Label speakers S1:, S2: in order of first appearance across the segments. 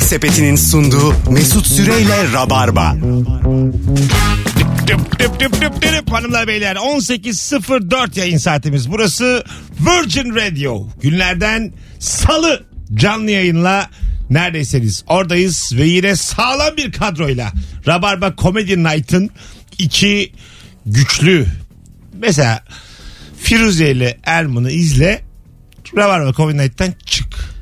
S1: Sepeti'nin sunduğu Mesut Süreyle Rabarba.
S2: Düp düp düp düp düp. Hanımlar beyler 18.04 yayın saatimiz. Burası Virgin Radio. Günlerden salı canlı yayınla neredeyseniz oradayız ve yine sağlam bir kadroyla Rabarba Comedy Night'ın iki güçlü mesela Firuze ile Erman'ı izle Rabarba Comedy Night'tan çık.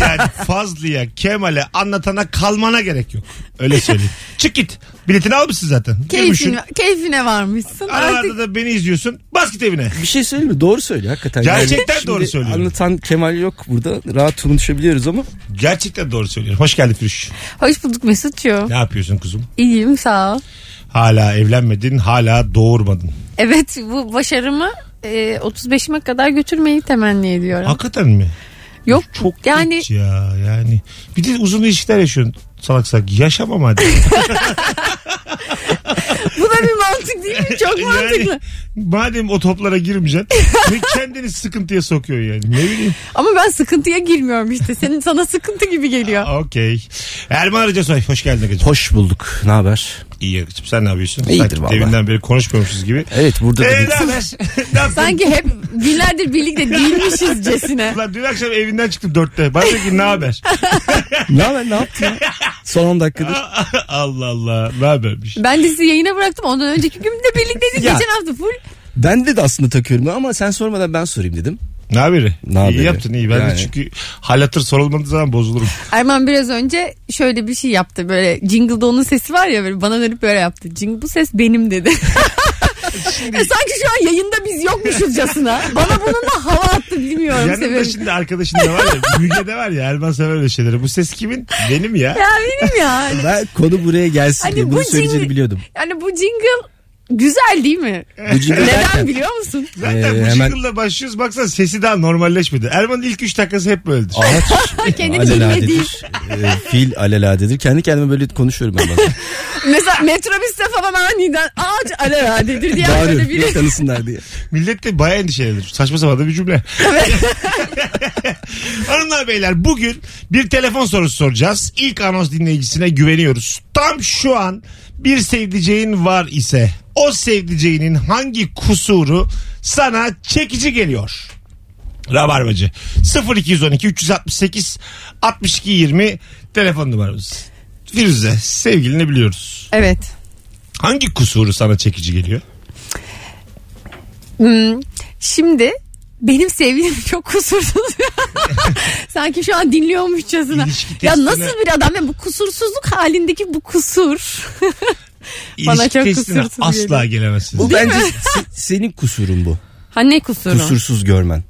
S2: Yani Fazlı'ya, Kemal'e anlatana kalmana gerek yok. Öyle söyleyeyim. Çık git. Biletini almışsın zaten. Yürümüşsün.
S3: Keyfine, keyfine varmışsın. Artık
S2: Aralarda da beni izliyorsun. Bas git evine.
S4: Bir şey söyleyeyim mi? Doğru söylüyor hakikaten.
S2: Gerçekten
S4: şimdi
S2: doğru söylüyor.
S4: Anlatan Kemal yok burada. Rahat konuşabiliyoruz ama
S2: Gerçekten doğru söylüyorsun. Hoş geldin Firuş.
S3: hoş bulduk Mesut'cuğum.
S2: Ne yapıyorsun kuzum?
S3: İyiyim sağ ol.
S2: Hala evlenmedin, hala doğurmadın.
S3: Evet bu başarımı e, 35'ime kadar götürmeyi temenni ediyorum.
S2: Hakikaten mi?
S3: Yok
S2: Çok
S3: yani
S2: kötü ya yani. Bir de uzun ilişkiler yaşıyorsun. Salak salak. Yaşamam hadi.
S3: bu da bir mantık değil mi? Çok mantıklı.
S2: yani, madem o toplara girmeyeceksin. ne kendini sıkıntıya sokuyor yani. Ne bileyim.
S3: Ama ben sıkıntıya girmiyorum işte. Senin sana sıkıntı gibi geliyor.
S2: Okey. Erman Arıcasoy. Hoş geldin Arıcasoy.
S4: hoş bulduk. Ne haber?
S2: İyi Arıcım. Sen ne yapıyorsun?
S4: İyidir
S2: Sanki
S4: vallahi.
S2: Deminden beri konuşmuyormuşuz gibi.
S4: Evet burada da
S2: Ee,
S4: bir-
S2: ne haber? Ne yaptın?
S3: Sanki hep günlerdir birlikte değilmişizcesine.
S2: Ulan dün akşam evinden çıktım dörtte. Bana diyor ki ne haber?
S4: ne haber? Ne yaptın? ya? Son 10 dakikadır.
S2: Allah Allah ne habermiş.
S3: Ben de sizi yayına bıraktım. Ondan önceki gün de birlikteydik.
S4: Ya.
S3: Geçen hafta full.
S4: Ben de, de aslında takıyorum ama sen sormadan ben sorayım dedim.
S2: Ne haberi?
S4: Ne haberi?
S2: İyi yaptın iyi. Ben de
S4: Yani.
S2: çünkü hal hatır sorulmadığı zaman bozulurum.
S3: Erman biraz önce şöyle bir şey yaptı. Böyle jingle'da onun sesi var ya böyle bana dönüp böyle yaptı. Jingle bu ses benim dedi. E sanki şu an yayında biz yokmuşuzcasına. Bana bununla hava attı bilmiyorum
S2: Yanımda
S3: sebebini.
S2: şimdi arkadaşın da var ya. Müge de var ya. Erman sever öyle şeyleri. Bu ses kimin? Benim ya.
S3: Ya benim ya.
S4: Ben konu buraya gelsin
S3: Hani
S4: diye
S3: bu
S4: bunu
S3: jingle-
S4: söyleyeceğini biliyordum.
S3: Yani bu jingle güzel değil mi?
S4: Bu jingle derken-
S3: Neden biliyor musun?
S2: Zaten
S4: Ee,
S2: bu
S4: hemen-
S2: şekilde başlıyoruz. Baksana sesi daha normalleşmedi. Erman'ın ilk 3 dakikası hep böyledir.
S4: Ağaç
S3: Kendini
S4: aleladedir. Ee, fil aleladedir. Kendi kendime böyle konuşuyorum ben bazen.
S3: Mesela metrobüste falan aniden ağaç alaladedir diye böyle
S4: Bağırıyorum. Beni
S3: biri.
S4: tanısınlar diye.
S2: Millet de bayağı endişelenir. Saçma sapan da bir cümle. Hanımlar beyler bugün bir telefon sorusu soracağız. İlk anons dinleyicisine güveniyoruz. Tam şu an bir sevdiceğin var ise o sevdiceğinin hangi kusuru sana çekici geliyor? Rabarbacı 0212 368 62 20 telefon numaramız. Firuze sevgilini biliyoruz.
S3: Evet.
S2: Hangi kusuru sana çekici geliyor?
S3: Hmm, Şimdi benim sevgilim çok kusursuz. Sanki şu an dinliyormuşçasına.
S2: İlişki
S3: Ya
S2: testine-
S3: nasıl bir adam ya bu kusursuzluk halindeki bu kusur. Bana
S2: İlişki
S3: çok
S2: testine
S3: kusursuz
S2: asla gelemezsiniz.
S4: Bu bence se- senin kusurun bu.
S3: Ha ne kusuru?
S4: Kusursuz görmen.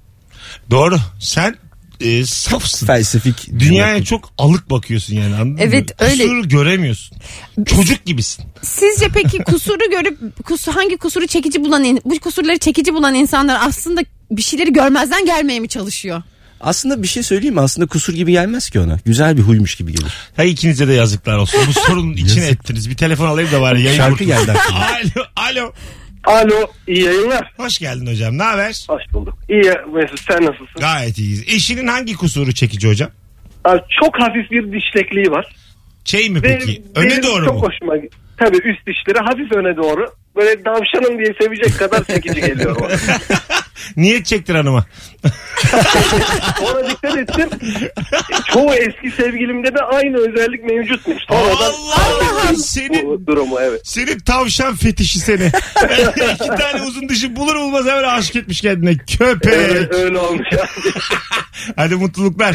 S2: Doğru. Sen e, safsın.
S4: Felsefik.
S2: Dünyaya çok alık bakıyorsun yani anladın mı?
S3: Evet, öyle.
S2: Kusuru göremiyorsun. Çocuk gibisin.
S3: Sizce peki kusuru görüp kus, hangi kusuru çekici bulan in- bu kusurları çekici bulan insanlar aslında bir şeyleri görmezden gelmeye mi çalışıyor?
S4: Aslında bir şey söyleyeyim mi? Aslında kusur gibi gelmez ki ona. Güzel bir huymuş gibi gelir.
S2: Ha ikinize de yazıklar olsun. Bu sorunun içine ettiniz. Bir telefon alayım da bari yayın
S4: Şarkı
S2: kurtulayım.
S4: geldi aklıma.
S2: Alo, alo.
S5: Alo, iyi yayınlar.
S2: Hoş geldin hocam. Ne haber?
S5: Hoş bulduk. İyi Mesut, sen nasılsın?
S2: Gayet iyiyiz. Eşinin hangi kusuru çekici hocam?
S5: Abi, çok hafif bir dişlekliği var.
S2: Şey mi
S5: Benim-
S2: peki? Öne
S5: benim
S2: doğru
S5: çok
S2: mu?
S5: hoşuma gitti. Tabii üst dişleri hafif öne doğru. Böyle davşanım diye sevecek kadar çekici geliyor bana.
S2: Niye çektir hanıma?
S5: Ona dikkat ettim. Çoğu eski sevgilimde de aynı özellik mevcutmuş. Sonradan
S2: Allah Senin
S5: bu durumu evet.
S2: senin tavşan fetişi seni. İki tane uzun dişi bulur bulmaz hemen aşık etmiş kendine. Köpek.
S5: Öyle, Ee, öyle olmuş abi.
S2: Hadi mutluluklar.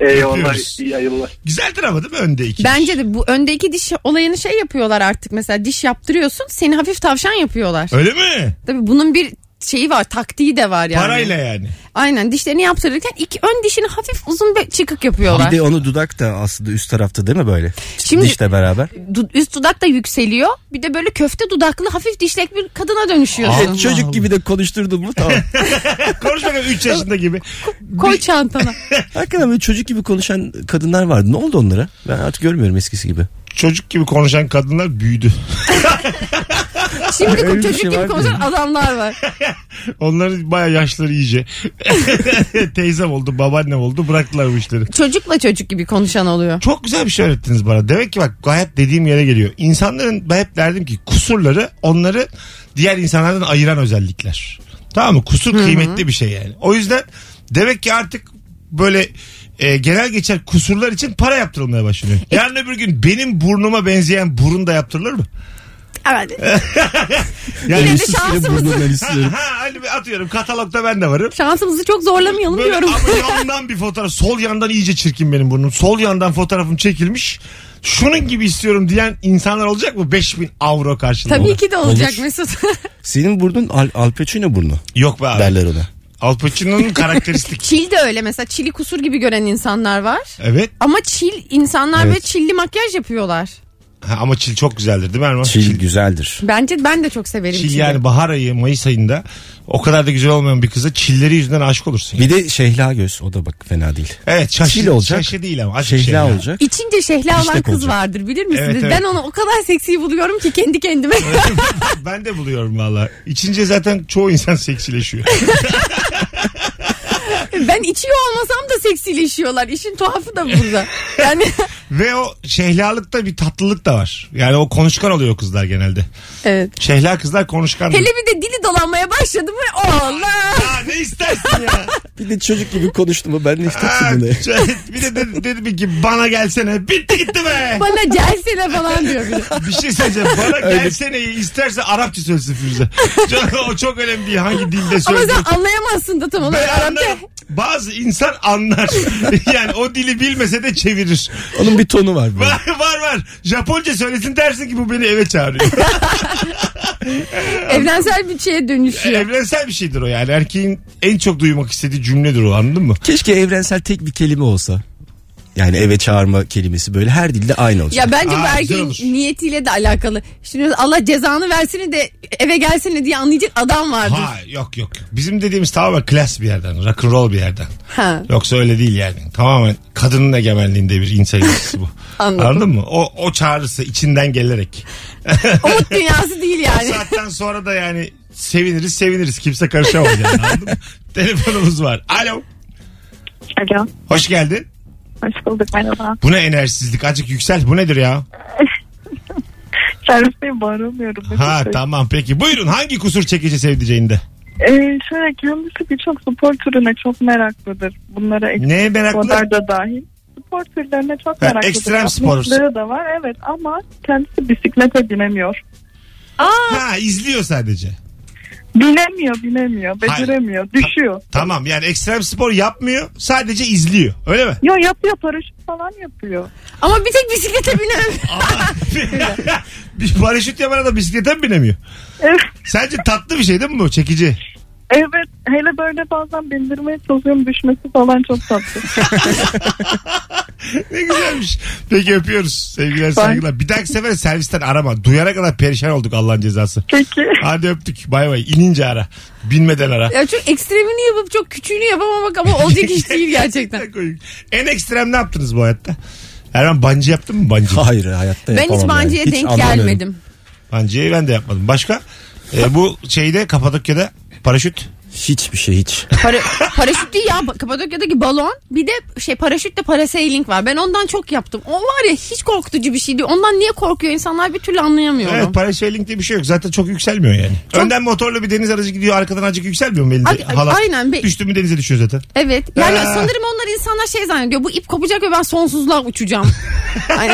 S2: Öpüyoruz.
S5: Eyvallah, iyi yayınlar.
S2: Güzeldir ama değil mi önde iki?
S3: Bence de bu öndeki diş olayını şey yapıyorlar artık mesela diş yaptırıyorsun seni hafif tavşan yapıyorlar.
S2: Öyle mi?
S3: Tabii bunun bir şeyi var taktiği de var yani.
S2: Parayla yani.
S3: Aynen dişlerini yaptırırken iki ön dişini hafif uzun bir çıkık yapıyorlar.
S4: Bir de onu dudak da aslında üst tarafta değil mi böyle?
S3: Şimdi-
S4: Dişle beraber.
S3: Du- üst dudak da yükseliyor. Bir de böyle köfte dudaklı hafif dişlek bir kadına dönüşüyorsun.
S4: Evet, çocuk gibi de konuşturdun mu tamam.
S2: Konuş bakalım 3 yaşında gibi.
S3: Koy çantana.
S4: Hakikaten böyle çocuk gibi konuşan kadınlar vardı. Ne oldu onlara? Ben artık görmüyorum eskisi gibi.
S2: Çocuk gibi konuşan kadınlar büyüdü.
S3: Şimdi
S4: Öyle bir
S3: çocuk
S4: şey
S3: gibi
S4: var
S3: konuşan adamlar var.
S2: Onların baya yaşları iyice. Teyzem oldu, babaannem oldu. Bıraktılar bu işleri.
S3: Çocukla çocuk gibi konuşan oluyor.
S2: Çok güzel bir şey öğrettiniz bana. Demek ki bak gayet dediğim yere geliyor. İnsanların ben hep derdim ki kusurları onları diğer insanlardan ayıran özellikler. Tamam mı? Kusur kıymetli bir şey yani. O yüzden demek ki artık böyle e, genel geçer kusurlar için para yaptırılmaya başlanıyor.
S3: E-
S2: Yarın öbür gün benim burnuma benzeyen burun da yaptırılır mı?
S3: Evet.
S2: Yani
S3: Yine de şey- şansımızı,
S2: ha, hani atıyorum katalogda ben de varım.
S3: şansımızı çok zorlamayalım
S2: Böyle
S3: diyorum.
S2: ama yandan bir fotoğraf. Sol yandan iyice çirkin benim burnum. Sol yandan fotoğrafım çekilmiş. Şunun gibi istiyorum diyen insanlar olacak mı? 5000 avro karşılığında.
S3: Tabii ki de olacak
S4: Olur.
S3: Mesut.
S4: Senin burnun Al, Al Pacino burnu
S2: Yok be abi.
S4: derler ona.
S2: Al Pacino'nun karakteristik.
S3: Çil de öyle mesela çili kusur gibi gören insanlar var.
S2: Evet.
S3: Ama çil insanlar
S4: Evet.
S3: böyle çilli makyaj yapıyorlar.
S2: Ha, ama çil çok güzeldir değil mi Erman?
S4: Çil Şey, güzeldir.
S3: Bence ben de çok severim
S2: Çil
S3: çili.
S2: yani bahar ayı Mayıs ayında o kadar da güzel olmayan bir kıza çilleri yüzünden aşık olursun.
S4: Bir de şehla göz o da bak fena değil.
S2: Evet şaşı,
S4: Çil olacak.
S2: şaşı değil ama. azıcık
S4: Şehla
S2: şey ya.
S4: olacak.
S3: İçince şehla
S4: İşte
S3: olan kız
S4: olacak.
S3: vardır bilir misiniz?
S2: Evet, evet.
S3: Ben onu o kadar seksi buluyorum ki kendi kendime.
S2: ben de buluyorum valla. İçince zaten çoğu insan seksileşiyor.
S3: ben içiyor olmasam da seksileşiyorlar. İşin tuhafı da burada. Yani
S2: Ve o şehlalıkta bir tatlılık da var. Yani o konuşkan oluyor kızlar genelde.
S3: evet.
S2: Şehla kızlar konuşkan.
S3: Hele bir de dili dolanmaya başladı mı? Allah!
S2: Ya ne istersin ya?
S4: Bir de çocuk gibi konuştum ama ben ne
S2: Ha,
S4: istersin bunu?
S2: şöyle- bir de dedi- dedim ki bana gelsene. Bitti gitti be.
S3: Bana gelsene falan diyor bir de.
S2: bir şey söyleyeceğim. Bana gelsene isterse Arapça söylesin Firuze. Çok- o çok önemli değil. Hangi dilde
S3: Ama
S2: söylüyor.
S3: sen anlayamazsın da tam olarak.
S2: Ben
S3: Arapça.
S2: anlarım. Bazı insan anlar. yani o dili bilmese de çevirir.
S4: Onun bir tonu var. böyle.
S2: Var var var. Japonca söylesin dersin ki bu beni eve çağırıyor.
S3: Evrensel bir şeye dönüşüyor.
S2: Evrensel bir şeydir o yani. Erkeğin en çok duymak istediği cümledir o anladın mı?
S4: Keşke evrensel tek bir kelime olsa. Yani eve çağırma kelimesi böyle her dilde aynı olacak.
S3: Ya bence
S2: Aa,
S3: bu
S2: güzel
S3: erkeğin
S2: olur.
S3: niyetiyle de alakalı. Şimdi Allah cezanı versin de eve gelsin diye anlayacak adam vardır.
S2: Ha yok yok. Bizim dediğimiz tamamen klas bir yerden. Rock'n'roll bir yerden.
S3: Ha.
S2: Yoksa öyle değil yani. Tamamen kadının egemenliğinde bir insan ilişkisi bu.
S3: Anladım.
S2: Anladın mı? O, o çağrısı içinden gelerek.
S3: Umut dünyası değil
S2: O
S3: yani.
S2: saatten sonra da yani seviniriz seviniriz. Kimse karışamaz yani anladın mı? Telefonumuz var. Alo.
S6: Alo.
S2: Hoş geldin.
S6: Hoş bulduk merhaba.
S2: Bu ne enerjisizlik? Acık yüksel. Bu nedir ya?
S6: Servisteyim bağıramıyorum.
S2: Ha tamam peki. Buyurun hangi kusur çekici sevdiceğinde?
S6: Ee, şöyle kendisi birçok spor türüne çok meraklıdır. Bunlara ek-
S2: Neye meraklı?
S6: sporlar da dahil. Spor türlerine çok
S2: Ha,
S6: meraklıdır.
S2: ekstrem
S6: Yapmışlığı
S2: spor.
S6: da var evet ama kendisi bisiklete binemiyor.
S2: Ha izliyor sadece.
S6: Binemiyor binemiyor. Beceremiyor. Düşüyor.
S2: Tamam yani ekstrem spor yapmıyor. Sadece izliyor. Öyle mi?
S6: Yo yapıyor paraşüt falan yapıyor.
S3: Ama bir tek bisiklete binen.
S2: bir paraşüt yapana da bisiklete mi binemiyor?
S6: Evet.
S2: Sence tatlı bir şey değil mi bu? Çekici.
S6: Evet hele böyle bazen bindirmeye çalışıyorum düşmesi falan çok tatlı.
S2: Ne güzelmiş. Peki öpüyoruz. Sevgiler saygılar. Bir dahaki sefer servisten arama. Duyana kadar perişan olduk Allah'ın cezası.
S6: Peki.
S2: Hadi öptük. Bay bay. İnince ara. Binmeden ara.
S3: Ya çok ekstremini yapıp çok küçüğünü yapamamak ama olacak iş değil gerçekten.
S2: en ekstrem ne yaptınız bu hayatta? Erman bancı yaptın mı bancı?
S4: Hayır hayatta
S3: Ben
S4: yapamam
S3: hiç bancıya
S4: yani. Hiç
S3: denk
S4: anlamıyorum.
S3: gelmedim.
S2: Bancıyı ben de yapmadım. Başka? Ee, bu şeyde Kapadokya'da paraşüt.
S4: Hiçbir şey hiç.
S3: Para, paraşüt değil ya Kapadokya'daki balon bir de şey paraşütle parasailing var. Ben ondan çok yaptım. O var ya hiç korkutucu bir şeydi. Ondan niye korkuyor insanlar bir türlü anlayamıyorum.
S2: Evet paraşütling diye bir şey yok. Zaten çok yükselmiyor yani. Önden motorlu bir deniz aracı gidiyor. Arkadan azıcık yükselmiyor mu elinde?
S3: Ay- ay-
S2: halat?
S3: aynen be-
S2: Düştü mü denize düşüyor zaten.
S3: Evet. Yani
S2: Ha.
S3: sanırım onlar insanlar şey zannediyor. Bu ip kopacak ve ben sonsuzluğa uçacağım. Hani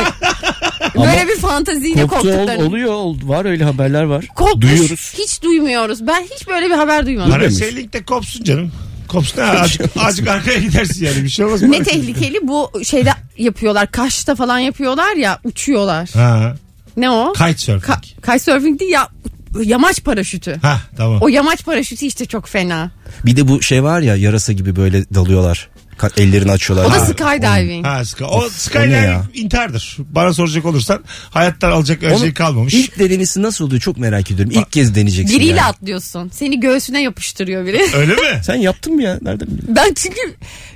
S3: böyle bir fantaziyle
S4: Korktu ol-
S3: korktuklarını.
S4: oluyor ol- var öyle haberler var.
S3: Korkmuş.
S4: Duyuyoruz.
S3: Hiç duymuyoruz. Ben hiç böyle bir haber duymadım.
S4: Duymamış.
S2: Paraşütling de kopsun canım. Kopsun ha, azıcık, azıcık arkaya gidersin yani bir şey olmaz.
S3: Ne tehlikeli bu şeyde yapıyorlar. Kaş'ta falan yapıyorlar ya uçuyorlar.
S2: Ha,
S3: Ne o?
S2: kitesurfing.
S3: Ka- kitesurfing değil ya yamaç paraşütü.
S2: ha tamam.
S3: O yamaç paraşütü işte çok fena.
S4: Bir de bu şey var ya yarasa gibi böyle dalıyorlar. Ka- Ellerini açıyorlar.
S3: O da
S4: Ha,
S3: skydiving.
S2: Ha, sky. O
S4: o ne
S2: skyline
S4: ya?
S2: intardır. Bana soracak olursan hayattan alacak
S4: Onun
S2: özel şey kalmamış.
S4: İlk denemesi nasıl oluyor çok merak ediyorum. İlk kez deneyeceksin.
S3: Biriyle
S4: yani.
S3: atlıyorsun. Seni göğsüne yapıştırıyor biri.
S2: Öyle mi?
S4: Sen yaptın mı ya? Nereden biliyorsun?
S3: Ben çünkü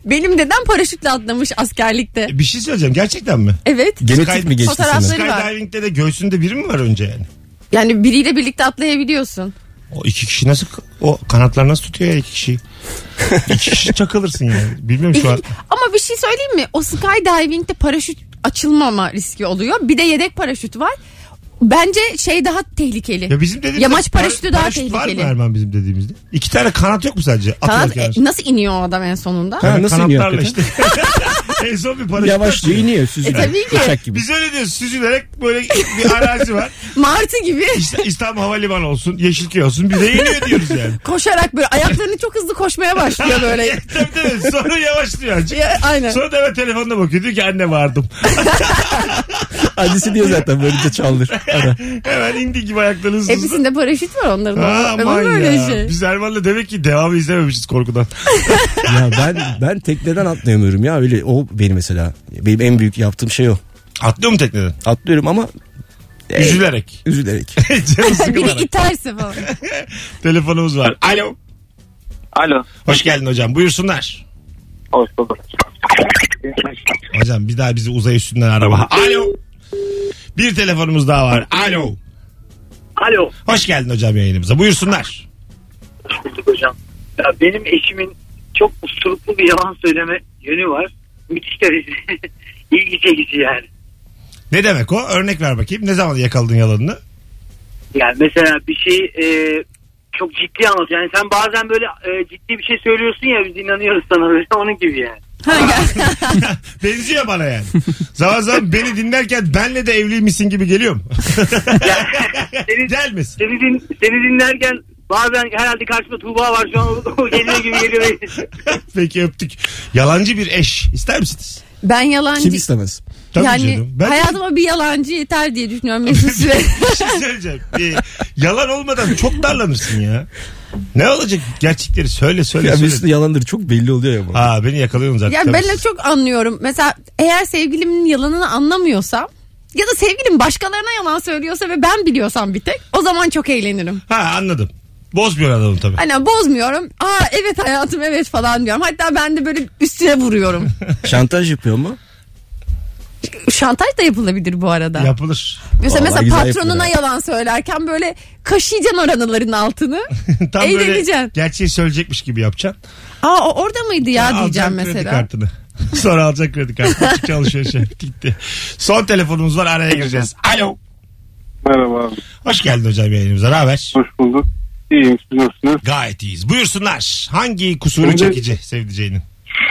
S3: benim dedem paraşütle atlamış askerlikte.
S2: Bir şey söyleyeceğim gerçekten mi?
S3: Evet.
S4: E, Genetik mi geçti
S3: Fotoğrafları
S4: sana?
S3: var.
S2: Skydiving'de de göğsünde biri mi var önce yani?
S3: Yani biriyle birlikte atlayabiliyorsun.
S2: O iki kişi nasıl o kanatlar nasıl tutuyor ya iki kişiyi? iki kişi çakılırsın yani. Bilmiyorum şu an.
S3: Ama bir şey söyleyeyim mi? O skydiving'de paraşüt açılmama riski oluyor. Bir de yedek paraşüt var. Bence şey daha tehlikeli.
S2: Ya bizim dediğimizde
S3: Yamaç paraşütü daha
S2: paraşüt
S3: tehlikeli.
S2: var mı Erman bizim dediğimizde? İki tane kanat yok mu sadece?
S3: Kanat-
S2: Atlarken.
S3: e, nasıl iniyor o adam en sonunda?
S4: Ha, nasıl iniyor
S2: kanatlarla
S4: hakikaten?
S2: en son bir paraşüt.
S4: Yavaş
S2: açıyor.
S4: iniyor
S3: E,
S4: süzülerek.
S3: tabii ki.
S4: Uçak gibi.
S2: Biz öyle diyoruz süzülerek böyle bir arazi var.
S3: Martı gibi
S2: İşte İstanbul Havalimanı olsun, Yeşilköy olsun bir de iniyor diyoruz yani.
S3: koşarak böyle ayaklarını çok hızlı koşmaya başlıyor böyle.
S2: tabii tabii sonra yavaşlıyor azıcık.
S3: Ya, aynen.
S2: Sonra da hemen telefonuna bakıyor diyor ki anne vardım.
S4: Annesi diyor zaten böyle de çaldır. Ara.
S2: hemen indi gibi ayaklarını
S3: E,
S2: hızlı hızlı.
S3: Hepsinde paraşüt var onların. Olur mu
S2: Aman
S3: öyle
S2: ya.
S3: şey?
S2: Biz Erman'la demek ki devamı izlememişiz korkudan.
S4: Ya ben ben tekneden atlayamıyorum ya öyle o benim mesela benim en büyük yaptığım şey o.
S2: Atlıyor mu tekneden?
S4: Atlıyorum ama e,
S2: Üzülerek.
S4: üzülerek.
S2: Canı sıkılarak.
S3: Biri iterse falan.
S2: Telefonumuz var. Alo.
S5: Alo.
S2: Hoş geldin hocam. Buyursunlar.
S5: Hoş bulduk.
S2: Hocam bir daha bizi uzay üstünden arama. Alo. Bir telefonumuz daha var. Alo.
S5: Alo.
S2: Hoş geldin hocam yayınımıza. Buyursunlar.
S5: Hoş bulduk hocam. Ya benim eşimin çok usturuplu bir yalan söyleme yönü var. Müthiş derecede ilgi çekici yani.
S2: Ne demek o? Örnek ver bakayım. Ne zaman yakaladın yalanını?
S5: Yani mesela bir şeyi e, çok ciddi anlat. Yani sen bazen böyle e, ciddi bir şey söylüyorsun ya biz inanıyoruz sana böyle onun gibi yani.
S3: Ha, gel.
S2: Benziyor bana yani. zaman zaman beni dinlerken benle de evli misin gibi geliyor mu?
S5: Seni,
S2: Gelmesin.
S5: seni, din, seni dinlerken bazen herhalde karşımda Tuğba var şu an o- o geliyor gibi geliyor.
S2: Peki öptük. Yalancı bir eş. ister misiniz?
S3: ben yalancı.
S4: Kim istemez?
S2: Tabii
S3: yani
S2: canım. Ben
S3: hayatıma bir yalancı yeter diye düşünüyorum Mesut Süre.
S2: bir şey söyleyeceğim. Ee, yalan olmadan çok darlanırsın ya. Ne olacak? Gerçekleri söyle söyle.
S4: Ya
S2: söyle.
S4: Mesut'un yalanları çok belli oluyor ya. bu.
S2: Ha beni yakalıyorsun zaten.
S3: Ya ben de çok anlıyorum. Mesela eğer sevgilimin yalanını anlamıyorsam ya da sevgilim başkalarına yalan söylüyorsa ve ben biliyorsam bir tek o zaman çok eğlenirim.
S2: Ha anladım. Bozmuyor adamı tabii.
S3: Hani bozmuyorum. Aa evet hayatım evet falan diyorum. Hatta ben de böyle üstüne vuruyorum.
S4: Şantaj yapıyor mu?
S3: Şantaj da yapılabilir bu arada.
S2: Yapılır.
S3: mesela
S4: Vallahi
S3: mesela
S4: güzel
S3: patronuna
S4: yapılır
S3: yalan söylerken böyle kaşıyacaksın oranıların altını.
S2: Tam böyle
S3: Eğleneceksin.
S2: gerçeği söyleyecekmiş gibi yapacaksın.
S3: Aa o orada mıydı ya
S2: Sonra
S3: diyeceğim
S2: alacaksın Kredi
S3: mesela.
S2: kartını. Sonra alacak kredi kartını. Çık çalışıyor şey. Gitti. Son telefonumuz var araya gireceğiz. Alo.
S7: Merhaba abi.
S2: Hoş geldin hocam yayınımıza. Ne haber?
S7: Hoş bulduk. İyiyim. Siz nasılsınız?
S2: Gayet iyiyiz. Buyursunlar. Hangi kusuru
S7: Önce-
S2: çekici sevdiceğinin?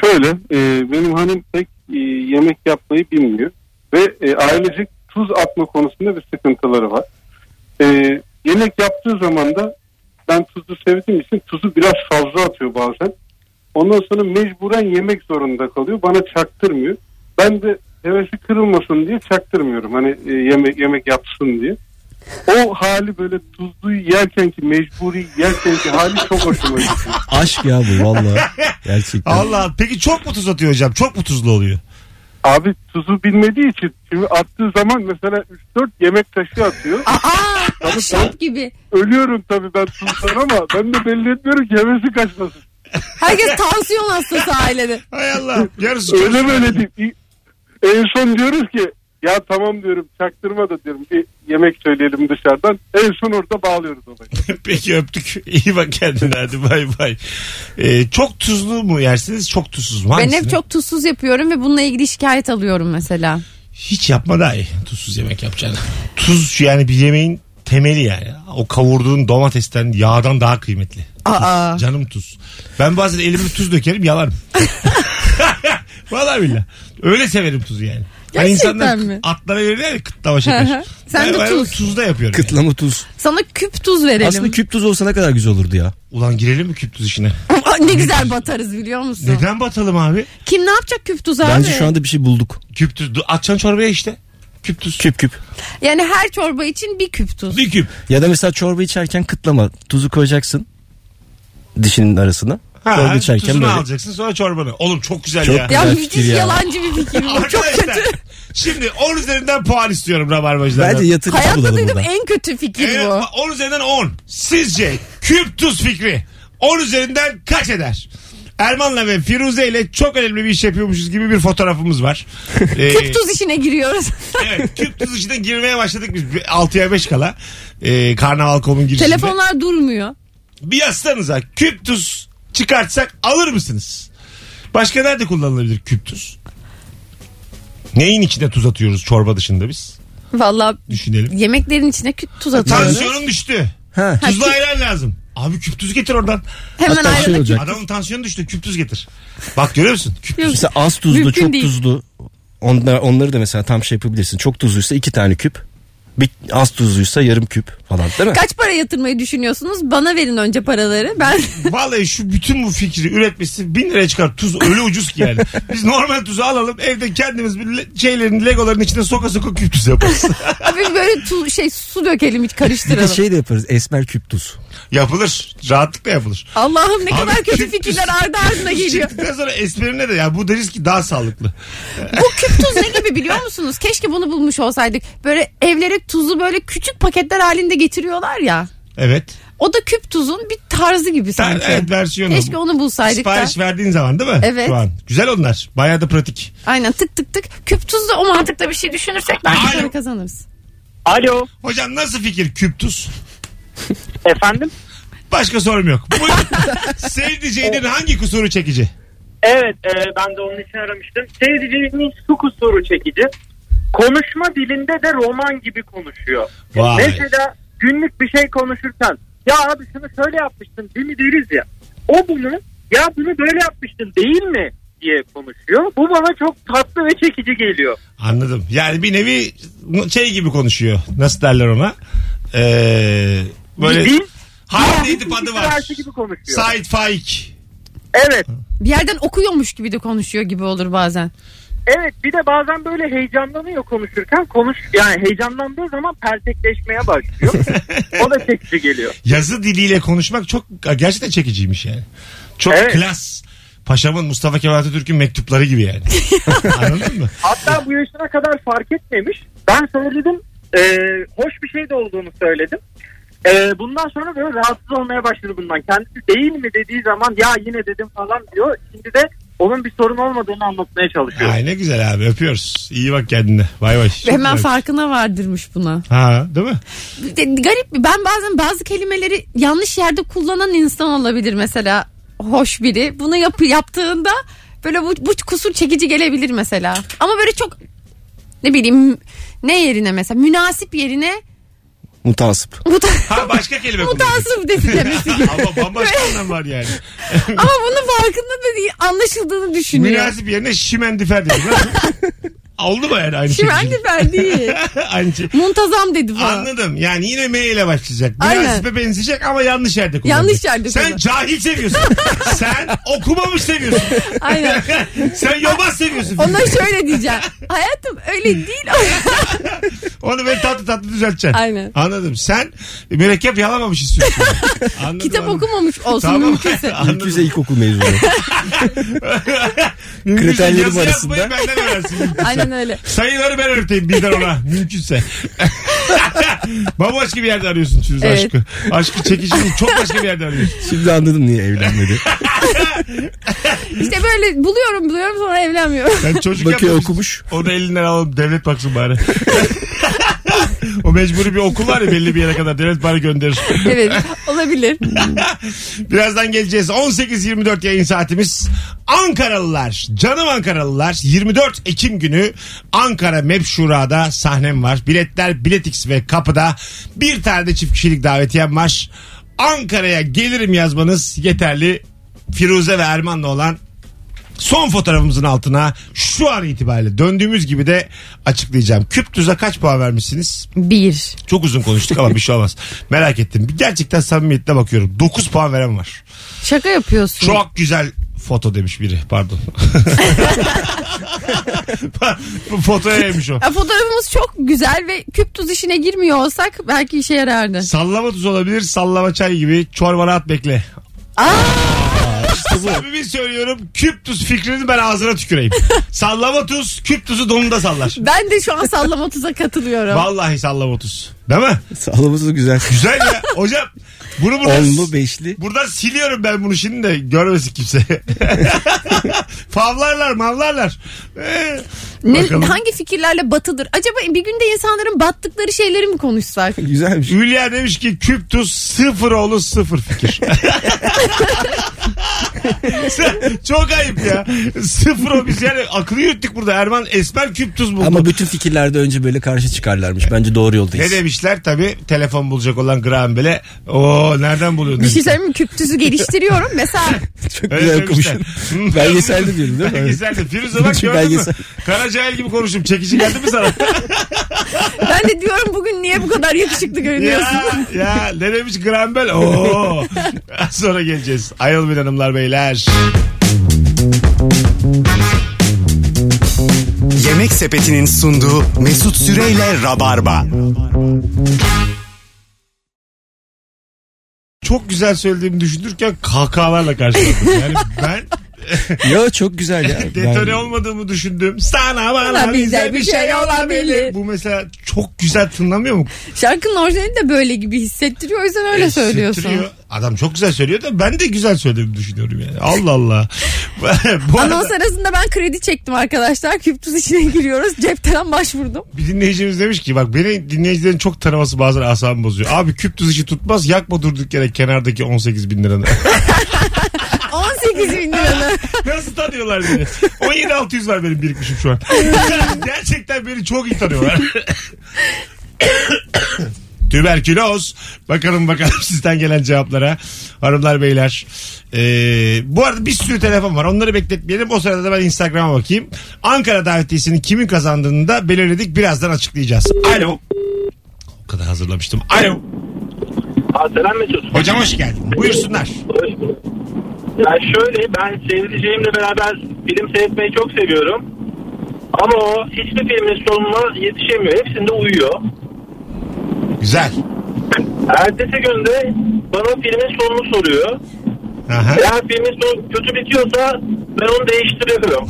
S7: Şöyle e, benim hanım pek e, yemek yapmayı bilmiyor ve e, ailecek tuz atma konusunda bir sıkıntıları var. E, yemek yaptığı zaman da ben tuzlu sevdiğim için tuzu biraz fazla atıyor bazen. Ondan sonra mecburen yemek zorunda kalıyor. Bana çaktırmıyor. Ben de hevesi kırılmasın diye çaktırmıyorum. Hani e, yemek yemek yapsın diye. O hali böyle tuzluyu yerken ki mecburi yerken ki hali çok hoşuma gitti.
S4: Aşk ya bu valla. Gerçekten.
S2: Allah peki çok mu tuz atıyor hocam? Çok mu tuzlu oluyor?
S7: Abi tuzu bilmediği için şimdi attığı zaman mesela 3-4 yemek taşı atıyor.
S5: Ah.
S3: Aa şap gibi.
S7: Ölüyorum tabii ben tuzdan ama ben de belli etmiyorum ki hevesi kaçmasın.
S3: Herkes tansiyon hastası ailede.
S2: Hay Allah. Yarısı çok-
S7: Öyle böyle değil. İ- En son diyoruz ki ya tamam diyorum çaktırma da diyorum bir yemek söyleyelim dışarıdan. En son orada bağlıyoruz olayı.
S2: Peki öptük. İyi bak kendine hadi bay bay. Ee, çok tuzlu mu yersiniz? Çok tuzsuz mu?
S3: Ben
S2: Hangisini?
S3: hep çok tuzsuz yapıyorum ve bununla ilgili şikayet alıyorum mesela.
S2: Hiç yapma daha iyi. Tuzsuz yemek yapacağını. Tuz yani bir yemeğin temeli yani. O kavurduğun domatesten yağdan daha kıymetli.
S3: Aa.
S2: Canım tuz. Ben bazen elime tuz dökerim yalarım. Vallahi billah. Öyle severim tuzu yani. Hani
S3: Gerçekten
S2: insanlar
S3: mi?
S2: atlara verirler ya kıtlama
S3: Hı hı.
S2: şeker.
S3: Sen
S2: Ben-
S3: de
S2: ben
S3: tuz.
S2: Tuzda yapıyorum. yani.
S4: Kıtlama tuz.
S3: Sana küp tuz verelim.
S4: Aslında küp tuz olsa ne kadar güzel olurdu ya.
S2: Ulan girelim mi küp tuz işine?
S3: Aa, ne güzel batarız biliyor musun?
S2: Neden batalım abi?
S3: Kim ne yapacak küp tuzu abi?
S4: Bence şu anda bir şey bulduk.
S2: Küp tuz. Atacaksın çorbaya işte. Küp tuz.
S4: Küp küp.
S3: Yani her çorba için bir küp tuz.
S2: Bir küp.
S4: Ya da mesela çorba içerken kıtlama. Tuzu koyacaksın dişinin arasına.
S2: Ha,
S4: çorba içerken
S2: tuzunu
S4: böyle.
S2: alacaksın sonra çorbanı. Oğlum çok güzel
S4: Çok
S2: ya.
S4: güzel.
S3: Ya
S4: Güzel
S3: müthiş
S4: fikir ya.
S3: yalancı bir fikir bu. Çok
S2: Arkadaşlar,
S3: kötü.
S2: Şimdi 10 üzerinden puan istiyorum Rabarbacılardan.
S4: Bence yatırıcı
S3: Hayatta
S4: bulalım
S3: duydum
S4: buradan.
S3: en kötü fikir
S2: Evet,
S3: bu.
S2: 10 üzerinden 10. Sizce küp tuz fikri 10 üzerinden kaç eder? Erman'la ve Firuze ile çok önemli bir iş yapıyormuşuz gibi bir fotoğrafımız var. Ee,
S3: Küp tuz işine giriyoruz.
S2: evet, küp tuz içine girmeye başladık biz 6'ya 5 kala. Ee, Karnaval komun girişinde.
S3: Telefonlar durmuyor.
S2: Bir yazsanıza küp tuz çıkartsak alır mısınız? Başka nerede kullanılabilir küp tuz? Neyin içine tuz atıyoruz çorba dışında biz?
S3: Vallahi
S2: Düşünelim.
S3: yemeklerin içine küp tuz atıyoruz.
S2: Tansiyonum düştü.
S4: Ha.
S2: Tuzlu ayran lazım. Abi küp tuz getir oradan.
S3: Hemen
S4: Hatta şey
S3: ayrılık.
S4: olacak.
S2: Adamın tansiyonu düştü küp tuz getir. Bak görüyor musun? Küp tuz.
S4: Mesela az tuzlu
S3: Mümkün
S4: çok
S3: değil.
S4: tuzlu. Onlar, onları da mesela tam şey yapabilirsin. Çok tuzluysa iki tane küp. Bir, az tuzluysa yarım küp falan değil mi?
S3: Kaç para yatırmayı düşünüyorsunuz? Bana verin önce paraları. Ben
S2: Vallahi şu bütün bu fikri üretmesi bin liraya çıkar. Tuz öyle ucuz ki yani. Biz normal tuzu alalım evde kendimiz bir le- şeylerin legoların içine soka soka küp tuz yaparız.
S3: bir böyle tu- şey su dökelim hiç
S4: Bir de
S3: karıştıralım.
S4: şey de yaparız esmer küp tuz.
S2: yapılır. Rahatlıkla yapılır.
S3: Allah'ım ne
S2: Abi
S3: kadar
S2: küp
S3: kötü
S2: tuz-
S3: fikirler ardı ardına geliyor.
S2: Çıktıktan sonra esmerine de ya bu deriz ki daha sağlıklı.
S3: Bu küp tuz ne gibi biliyor musunuz? Keşke bunu bulmuş olsaydık. Böyle evlere tuzu böyle küçük paketler halinde getiriyorlar ya.
S2: Evet.
S3: O da küp tuzun bir tarzı gibi
S2: Sen,
S3: sanki.
S2: evet versiyonu.
S3: Keşke onu bulsaydık da.
S2: Sipariş verdiğin zaman değil mi?
S3: Evet.
S2: Şu an. Güzel onlar. Bayağı da pratik.
S3: Aynen tık tık tık. Küp tuz da o mantıkta bir şey düşünürsek
S2: Alo.
S3: belki para kazanırız.
S5: Alo
S2: Hocam nasıl fikir küp tuz?
S5: efendim?
S2: Başka sorum yok. Buyurun. Sevdiceğinin hangi kusuru çekici?
S5: Evet e, ben de onun için aramıştım. Seyircinin su kusuru çekici. Konuşma dilinde de roman gibi konuşuyor.
S2: Vay.
S5: Mesela günlük bir şey konuşurken ya abi şunu şöyle yapmıştın değil mi deriz ya. O bunu ya bunu böyle yapmıştın değil mi diye konuşuyor. Bu bana çok tatlı ve çekici geliyor.
S2: Anladım. Yani bir nevi şey gibi konuşuyor. Nasıl derler ona? Ee, böyle
S5: Dil
S2: harf
S5: bir
S2: edip adı var.
S5: tersi gibi konuşuyor.
S2: Said Faik.
S5: evet.
S3: Bir yerden okuyormuş gibi de konuşuyor gibi olur bazen.
S5: Evet bir de bazen böyle heyecanlanıyor konuşurken konuş yani heyecanlandığı zaman pertekleşmeye başlıyor. o da çekici geliyor.
S2: Yazı diliyle konuşmak çok gerçekten çekiciymiş yani. Çok
S5: Evet.
S2: klas. Paşamın Mustafa Kemal Atatürk'ün mektupları gibi yani. Anladın mı?
S5: Hatta bu yaşına kadar fark etmemiş. Ben söyledim. e, hoş bir şey de olduğunu söyledim. E, bundan sonra böyle rahatsız olmaya başladı bundan. Kendisi değil mi dediği zaman ya yine dedim falan diyor. Şimdi de onun bir sorun olmadığını anlatmaya çalışıyor.
S2: Ay ne güzel abi öpüyoruz. İyi bak kendine. Bay bay. Çok
S3: Hemen
S2: güzel.
S3: farkına vardırmış buna.
S2: Ha değil mi?
S3: Bir de Garip bir- ben bazen bazı kelimeleri yanlış yerde kullanan insan olabilir mesela hoş biri. Bunu yapı yaptığında böyle bu, bu kusur çekici gelebilir mesela. Ama böyle çok ne bileyim ne yerine mesela münasip yerine
S4: Mutasip.
S3: muta
S2: Ha başka kelime kullanıyorsun.
S3: mutasip dedi demesi.
S2: Ama bambaşka anlam var yani.
S3: Ama bunun farkında da değil anlaşıldığını düşünüyor.
S2: Münasip yerine şimendifer dedim. Ha? Oldu mu yani aynı şey?
S3: Şimendifer değil.
S2: aynı şey.
S3: Muntazam dedi falan.
S2: Anladım. Yani yine M ile başlayacak.
S3: Aynen.
S2: Münasipe benzeyecek ama yanlış yerde kullanacak.
S3: Yanlış yerde
S2: Sen
S3: kullanacak.
S2: cahil seviyorsun. Sen okumamış seviyorsun.
S3: Aynen.
S2: Sen yobaz seviyorsun.
S3: Ona şöyle diyeceğim. Hayatım öyle değil.
S2: Onu böyle tatlı tatlı düzelteceksin.
S3: Aynen.
S2: Anladım. Sen mürekkep yalamamış istiyorsun. Anladım,
S3: Kitap
S2: anladım.
S3: okumamış olsun
S2: Tamam.
S3: mümkünse.
S4: Mümkünse ilkokul mezunu.
S2: Mümkünse
S4: kriterlerim
S2: yazı
S4: arasında.
S2: yazmayı benden öğrensin.
S3: Aynen öyle.
S2: Sayıları ben öğreteyim birden ona mümkünse. Bambaşka bir yerde arıyorsun Firuze
S3: Evet.
S2: aşkı. Aşkı çekiciliği çok başka bir yerde arıyorsun.
S4: Şimdi anladım niye evlenmedi.
S3: İşte böyle buluyorum buluyorum sonra evlenmiyorum.
S2: Sen çocuk
S4: Bakıyor
S2: yapmışsın.
S4: okumuş.
S2: Onu elinden alalım devlet baksın bari. o mecburi bir okul var ya belli bir yere kadar devlet bari gönderir.
S3: evet olabilir.
S2: Birazdan geleceğiz. 18.24 yayın saatimiz. Ankaralılar, canım Ankaralılar 24 Ekim günü Ankara Mepşura'da sahnem var. Biletler Biletix ve kapıda bir tane de çift kişilik davetiyem var. Ankara'ya gelirim yazmanız yeterli. Firuze ve Erman'la olan son fotoğrafımızın altına şu an itibariyle döndüğümüz gibi de açıklayacağım. Küp tuza kaç puan vermişsiniz?
S3: Bir.
S2: Çok uzun konuştuk ama bir şey olmaz. Merak ettim. Gerçekten samimiyetine bakıyorum. 9 puan veren var.
S3: Şaka yapıyorsun.
S2: Çok güzel foto demiş biri. Pardon. Bu fotoya yemiş o.
S3: Ya fotoğrafımız çok güzel ve küp tuz işine girmiyor olsak belki işe yarardı.
S2: Sallama tuz olabilir. Sallama çay gibi. Çorbana at bekle. Samimi söylüyorum. Küp tuz fikrini ben ağzına tüküreyim. sallama tuz. Küp tuzu donunda sallar.
S3: Ben de şu an sallama tuza katılıyorum.
S2: Vallahi sallama tuz. Değil mi?
S4: Sağlaması güzel.
S2: Güzel ya. Hocam Bunu buradan,
S4: Onlu beşli.
S2: buradan siliyorum ben bunu şimdi de görmesin kimse. Favlarlar mavlarlar. Ee,
S3: Ne-
S2: bakalım.
S3: hangi fikirlerle batıdır? Acaba bir günde insanların battıkları şeyleri mi konuşsak?
S4: Güzelmiş.
S2: Hülya demiş ki küptus sıfır oğlu sıfır fikir. Sen- Çok ayıp ya. Sıfır o biz yani aklı yürüttük burada. Erman Esmer küptus buldu.
S4: Ama bütün fikirlerde önce böyle karşı çıkarlarmış. Bence doğru
S2: Ne
S4: yoldayız.
S2: demişler tabi telefon bulacak olan Graham Bell'e o nereden buluyorsun?
S3: Bir şey söyleyeyim mi? Küptüzü geliştiriyorum. Mesela
S4: Çok
S2: Öyle
S4: güzel
S2: demişler.
S4: okumuşsun. Belgeseldi şey- diyelim değil mi?
S2: Belgeselde. Firuze bak
S4: Çünkü
S2: gördün
S4: belgesel.
S2: mü? Karacahil gibi konuştum. Çekici geldi mi sana?
S3: ben de diyorum bugün niye bu kadar yakışıklı görünüyorsun?
S2: ya, ya ne demiş Graham Bell? Oo. Az Sonra geleceğiz. Ayol bir hanımlar beyler.
S1: Yemek Sepeti'nin sunduğu Mesut Süreyle Rabarba.
S2: Çok güzel söylediğimi düşünürken kahkahalarla karşıladım. Yani ben
S4: Yo çok güzel ya.
S2: detone
S4: Ben-
S2: olmadığımı düşündüm. Sana bana
S3: Bana
S2: bize bir şey olabilir. Bu mesela çok güzel tınlamıyor mu?
S3: Şarkının orijinali de böyle gibi hissettiriyor. O yüzden öyle
S2: E,
S3: söylüyorsun.
S2: sütürüyor. Adam çok güzel söylüyor da ben de güzel söylediğimi düşünüyorum yani. Allah Allah. Bu arada-
S3: Anons arasında ben kredi çektim arkadaşlar. Küptüz içine giriyoruz. Cepten başvurdum.
S2: Bir dinleyicimiz demiş ki bak beni dinleyicilerin çok tanıması bazen asabımı bozuyor. Abi küp tuz işi tutmaz yakma durduk yere kenardaki 18 bin liranı.
S3: 18 bin liranı.
S2: Nasıl tanıyorlar beni? 17 600 var benim birikmişim şu an. Gerçekten beni çok iyi tanıyorlar. Tüberküloz. Bakalım bakalım sizden gelen cevaplara. Hanımlar beyler. Ee, bu arada bir sürü telefon var. Onları bekletmeyelim. O sırada da ben Instagram'a bakayım. Ankara davetiyesinin kimin kazandığını da belirledik. Birazdan açıklayacağız. Alo. O kadar hazırlamıştım. Alo.
S5: Aa, selam Mesut.
S2: Hocam hoş geldin. Buyursunlar.
S5: Hoş bulduk. Ya şöyle ben seyredeceğimle beraber film seyretmeyi çok seviyorum. Ama o hiçbir filmin sonuna yetişemiyor. Hepsinde uyuyor.
S2: Güzel.
S5: Ertesi günde bana o filmin sonunu soruyor.
S2: Aha.
S5: Eğer filmin sonu kötü bitiyorsa ben onu değiştiriyorum.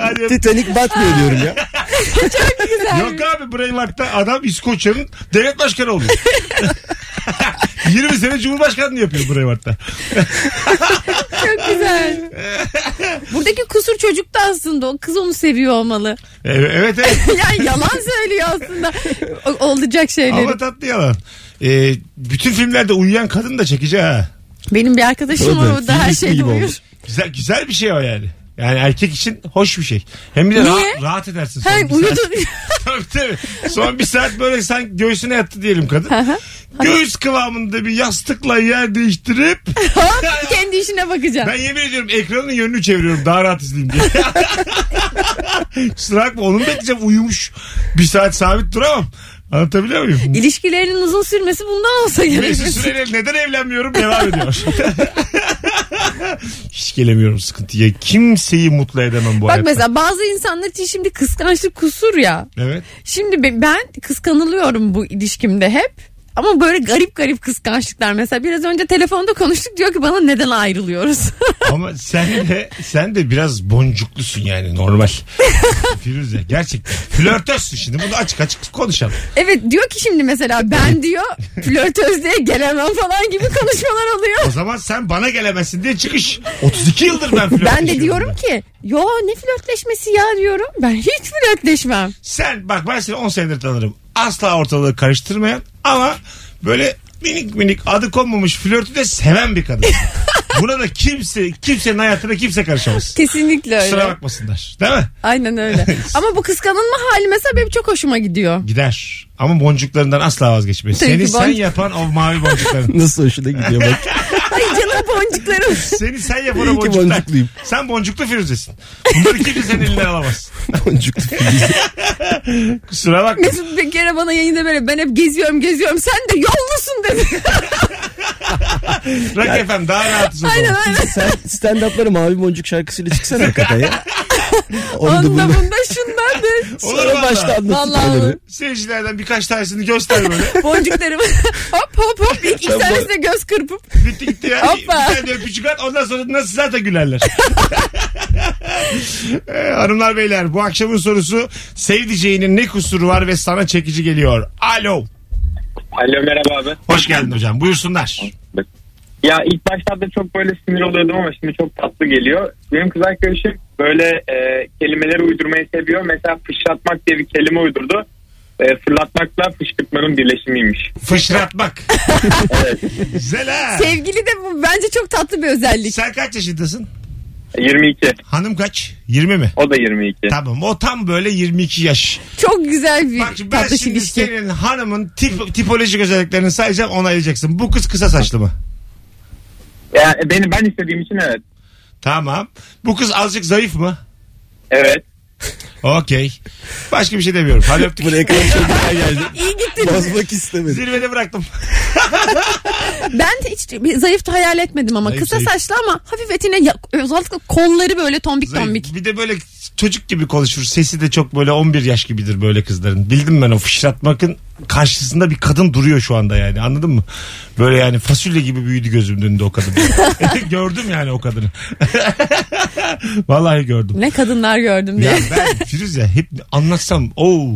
S2: Hadi öptük.
S4: Titanic batmıyor diyorum ya.
S2: Yok abi Braveheart'ta adam İskoçya'nın devlet başkanı oluyor. 20 sene Cumhurbaşkanlığı yapıyor Braveheart'ta.
S3: Çok güzel. Buradaki kusur çocukta aslında. O kız onu seviyor olmalı.
S2: Ee, Evet evet
S3: yani yalan söylüyor aslında. O- olacak şeyleri.
S2: ama tatlı yalan. Ee, bütün filmlerde uyuyan kadın da çekici ha.
S3: Benim bir arkadaşım var. O da her
S4: şey
S3: şeyde uyur.
S2: Güzel, güzel bir şey o yani. Yani erkek için hoş bir şey. Hem bir de
S3: Niye?
S2: rahat, rahat edersin. son
S3: Ha,
S2: bir saat.
S3: uyudun.
S2: Tabii, tabii. Son bir saat böyle sanki göğsüne yattı diyelim kadın.
S3: Aha.
S2: Göğüs kıvamında bir yastıkla yer değiştirip
S3: Hop, Kendi işine bakacaksın.
S2: Ben yemin ediyorum ekranın yönünü çeviriyorum daha rahat izleyeyim diye. Kusura bakma onu bekleyeceğim uyumuş. Bir saat sabit duramam. Anlatabiliyor muyum?
S3: İlişkilerinin uzun sürmesi bundan olsa gerek.
S2: Mesut Süreyli neden evlenmiyorum devam ediyor. Hiç gelemiyorum sıkıntıya. Kimseyi mutlu edemem bu
S3: Bak
S2: hayatta.
S3: mesela bazı insanlar için şimdi kıskançlık kusur ya.
S2: Evet.
S3: Şimdi be- ben kıskanılıyorum bu ilişkimde hep. Ama böyle garip garip kıskançlıklar mesela biraz önce telefonda konuştuk diyor ki bana neden ayrılıyoruz?
S2: Ama sen de sen de biraz boncuklusun yani normal. Firuze gerçekten. Flörtözsün şimdi bunu açık açık konuşalım.
S3: evet diyor ki şimdi mesela ben diyor flörtözlüğe gelemem falan gibi konuşmalar
S2: O
S3: oluyor.
S2: zaman sen bana gelemezsin diye çıkış. 32 yıldır ben flörtleşiyorum.
S3: Ben de diyorum ki yo ne flörtleşmesi ya diyorum ben hiç flörtleşmem.
S2: Sen bak ben seni 10 senedir tanırım. Asla ortalığı karıştırmayan ama böyle minik minik adı konmamış flörtü de seven bir kadın. Buna da kimse kimsenin hayatına kimse karışamaz.
S3: Kesinlikle
S2: Kusura
S3: öyle.
S2: bakmasınlar. Değil mi?
S3: Aynen öyle. Ama bu kıskanılma hali mesela benim çok hoşuma gidiyor.
S2: Gider. Ama boncuklarından asla vazgeçme.
S3: Tabii
S2: Seni
S3: ki
S2: sen
S3: boncuk-
S2: yapan o mavi boncukların.
S4: Nasıl hoşuna gidiyor bak.
S3: Ay canım boncuklarım.
S2: Seni sen yapan
S4: İyi
S2: o
S4: ki
S2: boncuklar.
S4: boncukluyum.
S2: Sen boncuklu Firuze'sin. Bunları kimse senin elinden alamaz.
S4: Boncuklu filiz.
S2: Kusura bakma.
S3: Mesut bir kere bana yayında böyle ben hep geziyorum geziyorum sen de yollusun dedi.
S2: Rak efendim daha rahatız o zaman.
S3: aynen aynen.
S4: Sen stand-up'lara Mavi Boncuk şarkısıyla çıksana hakikaten ya. Onu da
S3: Onda
S4: bunu.
S3: bunda şundan de.
S2: Olur
S4: Sonra
S2: valla.
S4: başta
S3: Vallahi
S4: anlatıp
S3: olur.
S2: Seyircilerden birkaç tanesini göster böyle.
S3: Boncuklarımı hop hop hop ilk, ilk tanesine göz kırpıp
S2: Bitti gitti ya.
S3: Hoppa.
S2: Bir tane de öpücük at ondan sonra nasıl zaten gülerler. Ee, hanımlar beyler bu akşamın sorusu sevdiceğinin ne kusuru var ve sana çekici geliyor. Alo.
S8: Alo merhaba abi.
S2: Hoş geldin hocam. Buyursunlar.
S8: Ya ilk başlarda çok böyle sinir oluyordum ama şimdi çok tatlı geliyor. Benim kız arkadaşım böyle e, kelimeleri uydurmayı seviyor. Mesela fışlatmak diye bir kelime uydurdu. E, fırlatmakla fışkırtmanın birleşimiymiş.
S2: Fışratmak. Güzel ha.
S3: Sevgili de bu bence çok tatlı bir özellik.
S2: Sen kaç yaşındasın?
S8: 22.
S2: Hanım kaç? 20 mi?
S8: O da 22.
S2: Tamam o tam böyle 22 yaş.
S3: Çok güzel
S2: Bak
S3: bir
S2: şimdi ben
S3: tatlış
S2: şimdi
S3: ilişki.
S2: senin hanımın tip, tipolojik özelliklerini sayacağım onaylayacaksın. Bu kız kısa saçlı mı?
S8: Yani e, beni ben istediğim için evet.
S2: Tamam. Bu kız azıcık zayıf mı?
S8: Evet.
S2: Okey. Başka bir şey demiyorum. Hadi öptük.
S4: Buraya kadar çok güzel geldi.
S3: İyi gittiniz.
S4: Bozmak istemedim.
S2: Zirvede bıraktım.
S3: Ben de hiç bir zayıf da hayal etmedim ama
S2: Zayıf,
S3: kısa
S2: zayıf.
S3: saçlı ama hafif etine ya- özellikle kolları böyle tombik
S2: Zayıf.
S3: tombik.
S2: Bir de böyle çocuk gibi konuşur. Sesi de çok böyle 11 yaş gibidir böyle kızların. Bildim ben o fışratmakın karşısında bir kadın duruyor şu anda yani anladın mı? Böyle yani fasulye gibi büyüdü gözümün önünde o kadın. gördüm yani o kadını. Vallahi gördüm.
S3: Ne kadınlar gördüm diye.
S2: Ya ben Firuze hep anlatsam oo.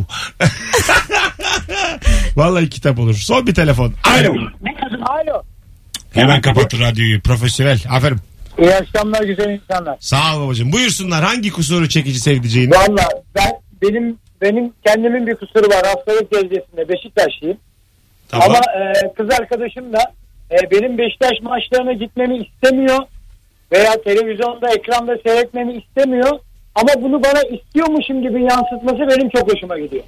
S2: Vallahi kitap olur. Son bir telefon. Alo.
S5: Alo.
S2: Hemen kapat radyoyu. Profesyonel. Aferin.
S5: İyi akşamlar güzel insanlar.
S2: Sağ ol babacığım. Buyursunlar hangi kusuru çekici sevdiceğini.
S5: Valla ben benim benim kendimin bir kusuru var. Hastalık derecesinde Beşiktaşlıyım.
S2: Tamam.
S5: Ama e, kız arkadaşım da e, benim Beşiktaş maçlarına gitmemi istemiyor. Veya televizyonda ekranda seyretmemi istemiyor. Ama bunu bana istiyormuşum gibi yansıtması benim çok hoşuma gidiyor.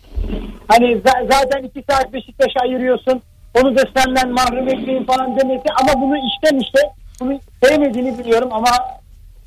S5: Hani za- zaten iki saat Beşiktaş'a ayırıyorsun. Onu da senden mahrum etmeyin falan demesi. Ama bunu işten işte bunu sevmediğini biliyorum ama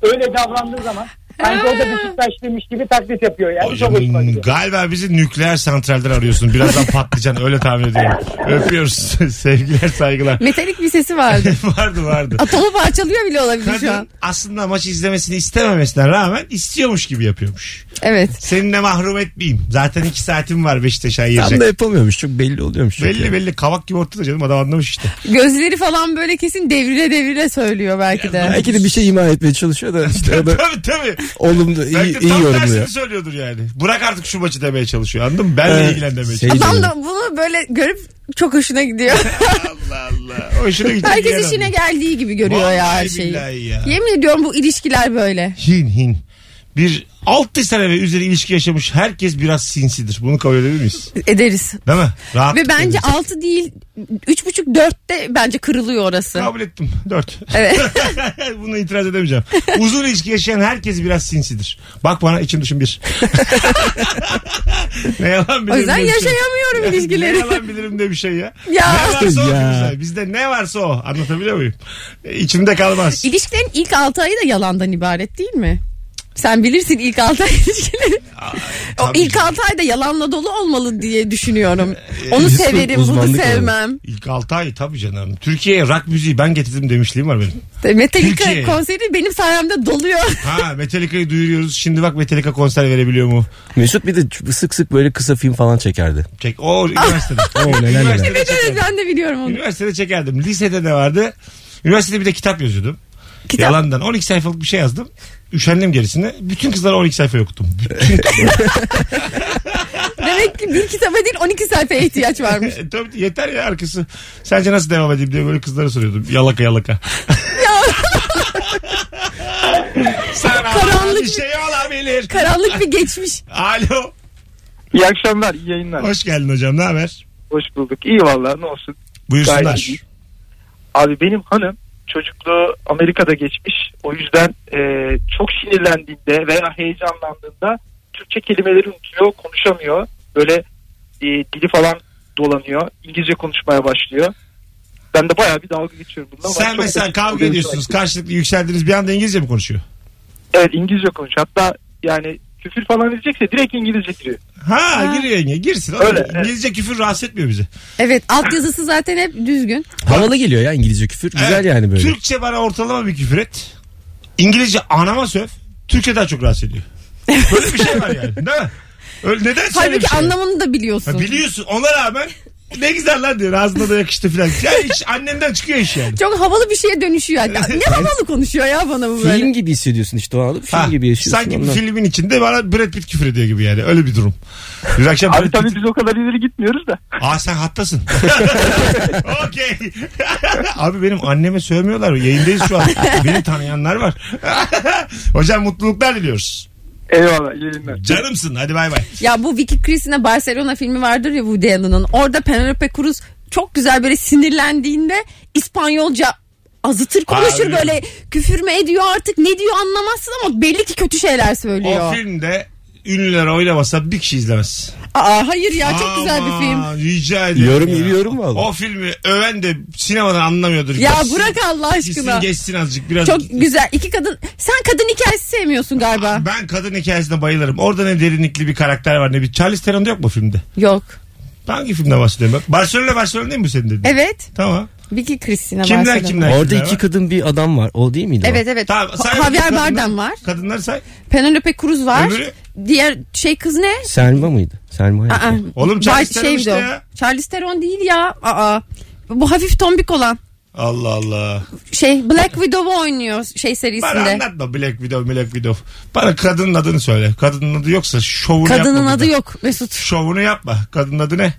S5: öyle davrandığı zaman sanki o da Beşiktaşlıymış gibi taklit yapıyor. Yani
S2: Hocam
S5: çok şey. hoşuma gidiyor.
S2: galiba bizi nükleer santralden arıyorsun. Birazdan patlayacaksın öyle tahmin ediyorum. Öpüyoruz. Sevgiler saygılar.
S3: Metalik bir sesi vardı.
S2: vardı vardı.
S3: Atomu parçalıyor bile olabilir şu an.
S2: Kadın aslında maçı izlemesini istememesine rağmen istiyormuş gibi yapıyormuş.
S3: Evet.
S2: Seninle mahrum etmeyeyim. Zaten iki saatim var Beşiktaş'a
S4: Tam
S2: ayıracak.
S4: da yapamıyormuş. Çok belli oluyormuş. çünkü.
S2: Belli belli kavak gibi ortada canım adam anlamış işte.
S3: Gözleri falan böyle kesin devrile devrile söylüyor belki de.
S4: Belki de bir şey ima etmeye çalışıyor da işte o da
S2: tabii tabii.
S4: olumlu
S2: Belki
S4: iyi,
S2: de
S4: iyi
S2: tam
S4: yorumluyor.
S2: tersini söylüyordur yani. Bırak artık şu maçı demeye çalışıyor anladın mı? Benle
S4: Evet.
S2: ilgilen demeye
S4: Şey-
S2: çalışıyor.
S3: Adam da bunu böyle görüp çok hoşuna gidiyor.
S2: Allah Allah. Hoşuna gidecek yer
S3: Herkes işine
S2: anlıyor.
S3: geldiği gibi görüyor ya her
S2: Vallahi
S3: şeyi.
S2: billahi ya.
S3: Yemin ediyorum bu ilişkiler böyle.
S2: Hin hin. Bir 6 sene ve üzeri ilişki yaşamış herkes biraz sinsidir. Bunu kabul edebilir miyiz?
S3: Ederiz.
S2: Değil mi? Rahat.
S3: Ve bence 6 değil 3,5-4'te bence kırılıyor orası.
S2: Kabul ettim. 4.
S3: Evet.
S2: Buna itiraz edemeyeceğim. Uzun ilişki yaşayan herkes biraz sinsidir. Bak bana içim dışım bir. ne yalan bilirim.
S3: O yüzden
S2: ne bir şey.
S3: yaşayamıyorum
S2: Yani
S3: ilişkileri.
S2: Ne yalan bilirim de bir şey ya.
S3: Ya.
S2: Ne varsa o
S4: Ya.
S2: güzel. Bizde ne varsa o. Anlatabiliyor muyum? E, İçimde kalmaz.
S3: İlişkilerin ilk 6 ayı da yalandan ibaret değil mi? Sen bilirsin ilk 6 ay ilişkileri. o
S2: tabii
S3: ilk
S2: canım. Ee, e,
S3: 6 ay da yalanla dolu olmalı diye düşünüyorum. Onu
S4: ilişkin
S3: severim, bunu
S4: uzmanlık alanı.
S3: sevmem.
S2: İlk 6 ay tabii canım. Türkiye'ye rock müziği ben getirdim demişliğim var benim. Türkiye.
S3: Metallica konseri benim sayemde doluyor.
S2: Ha Metallica'yı duyuruyoruz. Şimdi bak Metallica konser verebiliyor mu?
S4: Mesut bir de sık sık böyle kısa film falan çekerdi.
S2: Çek. O üniversitede.
S4: Oo, neler neler.
S2: üniversitede,
S3: evet evet
S2: çekerdim.
S3: ben de biliyorum onu.
S2: üniversitede çekerdim. Lisede de vardı. Üniversitede bir de kitap yazıyordum.
S3: Kitap.
S2: Yalandan 12 sayfalık bir şey yazdım. Üşendim gerisine. Bütün kızlara 12 sayfa okuttum. Bütün
S3: Demek ki bir kitaba değil 12 sayfaya ihtiyaç varmış.
S2: Tabii yeter ya arkası. Sence nasıl devam edeyim diye böyle kızlara soruyordum. Yalaka yalaka. Sana
S3: Karanlık
S2: bir
S3: bir-
S2: şey olabilir.
S3: Karanlık bir geçmiş.
S2: Alo.
S6: İyi akşamlar, iyi yayınlar.
S2: Hoş geldin hocam. Ne haber?
S6: Hoş bulduk. İyi valla ne olsun. Gayet
S2: Buyursunlar.
S6: iyi. Abi benim hanım çocukluğu Amerika'da geçmiş. O yüzden e, çok sinirlendiğinde veya heyecanlandığında Türkçe kelimeleri unutuyor, konuşamıyor. Böyle e, dili falan dolanıyor. İngilizce konuşmaya başlıyor. Ben de bayağı bir dalga geçiyorum bununla. ama
S2: Sen
S6: çok
S2: mesela
S6: da-
S2: kavga ediyorsunuz. Karşılıklı yükseldiniz. Bir anda İngilizce mi konuşuyor?
S6: Evet İngilizce konuşuyor. Hatta yani küfür falan edecekse direkt İngilizce giriyor.
S2: Ha, giriyor yenge. Girsin. Oğlum,
S6: Öyle, evet.
S2: İngilizce küfür rahatsız etmiyor bizi.
S3: Evet altyazısı zaten hep düzgün.
S4: Havalı geliyor ya İngilizce küfür. Güzel
S2: Evet,
S4: yani böyle.
S2: Türkçe bana ortalama bir küfür et. İngilizce anama söv. Türkçe daha çok rahatsız ediyor. Böyle bir şey var yani. Değil mi? Öyle neden söyle bir
S3: Halbuki
S2: şey?
S3: anlamını da
S2: Ha,
S3: biliyorsun.
S2: biliyorsun ona rağmen Ne güzel lan diyor ağzına da yakıştı filan. Yani iş annemden çıkıyor iş yani.
S3: Çok havalı bir şeye dönüşüyor. Ya ne havalı konuşuyor ya bana bu böyle.
S4: Film gibi hissediyorsun işte o anı. Film
S2: Ha,
S4: gibi yaşıyorsun.
S2: Sanki
S4: ondan.
S2: filmin içinde bana Brad Pitt küfür ediyor gibi yani. Öyle bir durum. Bir akşam
S9: Abi
S2: Brad
S9: tabii
S2: Pitt...
S9: biz o kadar ileri gitmiyoruz da.
S2: Aa sen hattasın. Okey. Abi benim anneme sövmüyorlar. Yayındayız şu an. Beni tanıyanlar var. Hocam mutluluklar diliyoruz.
S9: Eyvallah iyi yayınlar.
S2: Canımsın. Hadi bay bay.
S3: Ya bu Vicky Cristina Barcelona filmi vardır ya Woody Allen'ın. Orada Penelope Cruz çok güzel böyle sinirlendiğinde İspanyolca azıtır konuşur
S2: Abi.
S3: böyle küfür mü ediyor artık ne diyor anlamazsın ama belli ki kötü şeyler söylüyor.
S2: O filmde ünlüler oynamasa bir kişi izlemez.
S3: Aa hayır ya çok güzel bir film.
S2: Aman, Rica ederim.
S4: Yorum
S2: ya.
S4: gibi yorum vallahi.
S2: O filmi öven de sinemadan anlamıyordur.
S3: Ya
S2: Gitsin-
S3: bırak Allah
S2: Gitsin
S3: aşkına.
S2: geçsin azıcık biraz.
S3: Çok güzel. İki kadın. Sen kadın hikayesi sevmiyorsun galiba.
S2: Ben kadın hikayesine bayılırım. Orada ne derinlikli bir karakter var ne bir. Charlize Theron'da yok mu filmde?
S3: Yok.
S2: Hangi filmde bahsediyorum ben? Barcelona Barcelona değil mi bu senin dediğin?
S3: Evet.
S2: Tamam.
S3: Vicky Cristina
S2: Kimler
S3: Barcelona.
S2: kimler?
S4: Orada
S2: kimler
S4: iki
S2: var?
S4: kadın bir adam var. O değil miydi o?
S3: Evet evet.
S2: Tamam, say-
S3: Ha- Javier
S2: kadınlar-
S3: Bardem var.
S2: Kadınlar say.
S3: Penelope Cruz var.
S2: Öbürü?
S3: Diğer şey kız ne?
S4: Selma mıydı? Selma.
S3: Aa,
S2: Oğlum
S3: Bar-
S2: Charlize Theron
S3: şeydi
S2: işte
S3: o.
S2: ya.
S3: Charlize Theron değil ya. Aa. Bu hafif tombik olan
S2: Allah Allah.
S3: şey Black Widow'u oynuyor şey
S2: Bana
S3: serisinde.
S2: anlatma Black Widow, Black Widow. Bana kadının adını söyle. Kadının adı yoksa şovunu yapma.
S3: Kadının
S2: burada.
S3: adı yok Mesut.
S2: Şovunu yapma. Kadının adı ne?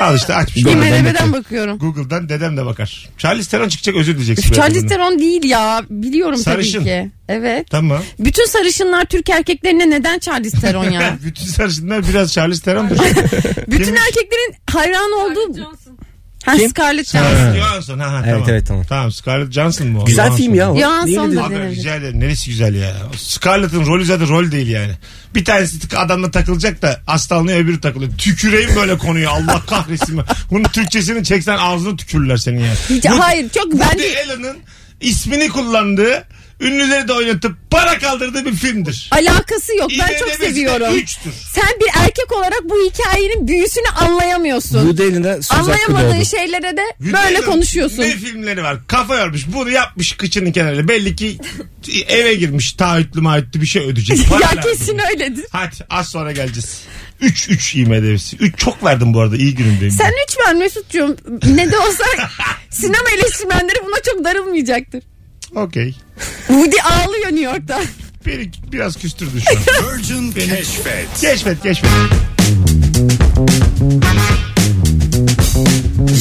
S2: Al işte açmış.
S4: Doğru, ben
S3: IMDb'den
S4: bakıyorum.
S3: bakıyorum.
S2: Google'dan dedem de bakar. Charlize Theron çıkacak özür dileyeceksin.
S3: Charlize
S2: birazdan.
S3: Theron değil ya. Biliyorum
S2: Sarışın.
S3: tabii ki. Evet.
S2: Tamam.
S3: Bütün sarışınlar Türk erkeklerine neden Charlize Theron ya?
S2: Bütün sarışınlar biraz Charlize Theron'dur.
S3: Bütün
S2: Kimmiş?
S3: erkeklerin hayran olduğu
S10: Johnson.
S3: ha, Scarlett Johansson.
S2: Scarlett Johansson. Ha, ha,
S4: Evet,
S2: tamam.
S4: evet, tamam.
S2: Tamam Scarlett Johansson mu? o?
S4: Güzel
S2: Johansson.
S4: film ya. o.
S3: Yalan
S4: Niye
S3: son
S4: dedin?
S3: dedi.
S2: Abi
S3: Evet.
S2: rica ederim. Neresi güzel ya. Scarlett'ın rolü zaten rol değil yani. Bir tanesi tık- adamla takılacak da hastalanıyor öbürü takılıyor. Tüküreyim böyle konuyu Allah kahretsin. ben. Bunun Türkçesini çeksen ağzını tükürürler senin yani.
S3: Hiç-
S2: Bu-
S3: hayır çok
S2: Woody
S3: bence
S2: Allen'ın ismini kullandığı, ünlüleri de oynatıp para kaldırdığı bir filmdir.
S3: alakası yok. Ben çok
S2: IMDb'si de
S3: seviyorum.
S2: üçtür.
S3: Sen bir erkek olarak bu hikayenin büyüsünü anlayamıyorsun.
S4: Woody Allen'e söz hakkı
S3: Anlayamadığın
S4: doğdu.
S3: şeylere de
S2: Woody
S3: böyle
S2: Allen
S3: konuşuyorsun.
S2: Ne filmleri var? Kafa yormuş. Bunu yapmış kıçının kenarına. Belli ki eve girmiş. Taahhütlü maahhütlü bir şey ödeyecek. Para
S3: ya
S2: lazım.
S3: kesin öyledir.
S2: Hadi az sonra geleceğiz. 3 3 IMDb'si. 3 çok verdim bu arada. İyi günüm benim.
S3: Sen üç ben Mesut'cum. Ne de olsa sinema eleştirmenleri buna çok darılmayacaktır.
S2: Okey.
S3: Woody ağlıyor New York'ta.
S2: Beni biraz küstürdün şu an.
S1: Virgin Keşfet.
S2: geçmet geçmet.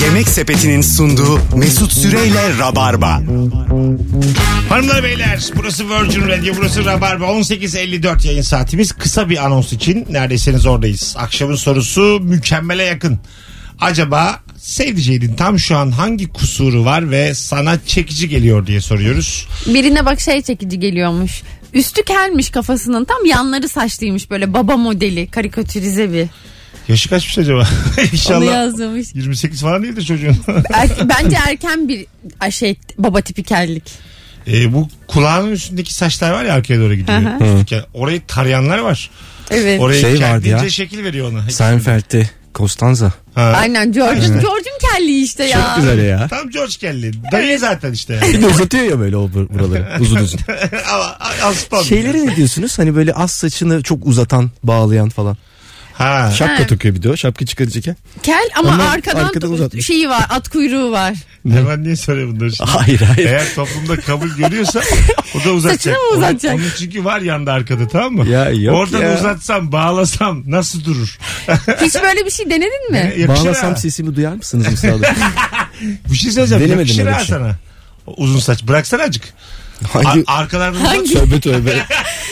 S1: Yemek Sepeti'nin sunduğu Mesut Süreyle Rabarba.
S2: Hanımlar beyler burası Virgin Radio burası Rabarba 18.54 yayın saatimiz kısa bir anons için neredesiniz oradayız. Akşamın sorusu mükemmele yakın. Acaba sevdiceğinin tam şu an hangi kusuru var ve sana çekici geliyor diye soruyoruz.
S3: Birine bak şey çekici geliyormuş. Üstü kelmiş kafasının tam yanları saçlıymış böyle baba modeli karikatürize bir.
S2: Yaşı kaçmış acaba?
S3: Onu
S2: İnşallah
S3: yazmış.
S2: 28 falan değildir çocuğun.
S3: Er- bence erken bir ay, şey baba tipikerlik.
S2: E, bu kulağının üstündeki saçlar var ya arkaya doğru gidiyor.
S3: Aha.
S2: Üstteki- Orayı tarayanlar var.
S3: Evet.
S2: Oraya
S4: Şey vardı
S2: kendince
S4: ya.
S2: şekil veriyor ona.
S4: Seinfeld'de Costanza.
S2: Ha.
S3: Aynen George'un George'un kelliği işte ya.
S4: Çok güzel ya.
S2: Tam George Kelly. Dayı zaten işte. yani.
S4: Bir de uzatıyor ya böyle o bur- buraları uzun uzun.
S2: Ama aslan.
S4: Şeyleri ne diyorsunuz? Hani böyle az saçını çok uzatan, bağlayan falan.
S2: Ha.
S4: Şapka
S3: Ha.
S4: takıyor bir de o şapka çıkaracak ya.
S3: Kel ama
S4: Ama
S3: arkadan,
S4: arkadan uzatmış.
S3: şeyi var at kuyruğu var.
S2: Hemen niye soruyor bunları şimdi?
S4: Hayır hayır.
S2: Eğer toplumda kabul görüyorsa o da uzatacak.
S3: Saçını mı uzatacak?
S2: Onun, onun çünkü var yanda arkada tamam mı?
S4: Ya yok
S2: Oradan
S4: ya.
S2: uzatsam bağlasam nasıl durur?
S3: Hiç böyle bir şey denedin mi?
S2: Yakışır
S4: Bağlasam
S2: ha.
S4: sesimi duyar mısınız mesela?
S2: Bir şey söyleyeceğim.
S4: Denemedim
S2: Yakışır
S4: öyle
S2: ha
S4: bir şey.
S2: sana. O Uzun saç. Bıraksana acık. Ar-
S4: Hangi?
S2: arkalardan uzat.
S3: Hangi?
S4: Tövbe tövbe.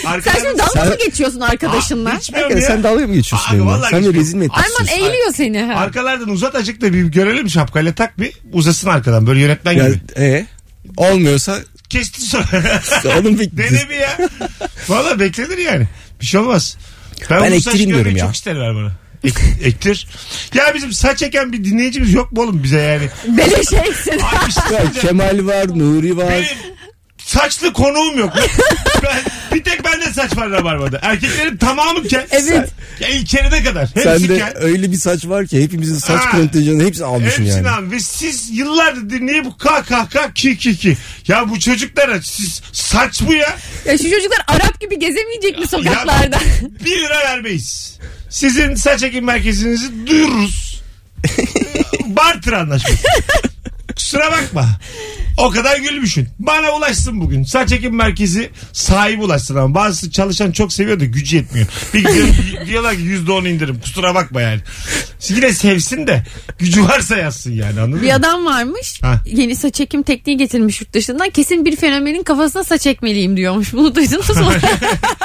S3: Sen
S2: Arkalardan
S3: şimdi dalga
S4: Sen-
S3: mı geçiyorsun arkadaşınla?
S2: Aa, içmiyorum
S4: Hakikaten
S2: ya.
S4: sen dalga mı geçiyorsun?
S2: Abi
S4: benimle?
S2: vallahi
S4: sen
S2: geçmiyorum.
S4: beni rezil mi etmek
S3: Ayman
S4: istiyorsun?
S3: eğiliyor seni ha.
S2: Arkalardan uzat acık da bir görelim şapkayla tak bir uzasın arkadan böyle yönetmen
S4: Ya,
S2: gibi.
S4: e, olmuyorsa
S2: Kestin sonra.
S4: onun bir...
S2: Dene bir ya. Valla beklenir yani. Bir şey olmaz. Ben,
S4: Ben
S2: bu saç
S4: ektireyim diyorum
S2: görmeyi
S4: ya.
S2: Çok ister ver bana. Ek- ektir. Ya bizim saç eken bir dinleyicimiz yok mu oğlum bize yani?
S3: Böyle şeysin.
S2: Ay bir şey
S4: Ya,
S2: söyleyeceğim.
S4: Kemal var, Nuri var.
S2: Benim saçlı konuğum yok. Ben, bir tek bende saç var rabarbada. Erkeklerin tamamı kel.
S3: Evet.
S2: Ya içeride kadar. Hepsi
S4: Sen de
S2: kel.
S4: öyle bir saç var ki hepimizin saç
S2: Ha.
S4: kontenjanını hepsini almışsın
S2: Hepsini
S4: yani.
S2: al. Ve siz yıllardır dinleyip kah kah kah ki ki ki. Ya bu çocuklara siz saç bu ya.
S3: ya şu çocuklar Arap gibi gezemeyecek mi sokaklarda?
S2: Ya, bir lira vermeyiz. Sizin saç ekim merkezinizi duyururuz. barter anlaşması. Kusura bakma. O kadar gülmüşsün. Bana ulaşsın bugün. Saç ekim merkezi sahibi ulaşsın ama bazısı çalışan çok seviyor da gücü yetmiyor. Bir gidiyor, diyorlar ki yüzde on indirim. Kusura bakma yani. Yine sevsin de gücü varsa yazsın yani anladın
S3: Bir
S2: mı?
S3: adam varmış.
S2: Ha.
S3: Yeni saç ekim tekniği getirmiş yurt dışından. Kesin bir fenomenin kafasına saç ekmeliyim diyormuş. Bunu duydunuz mu?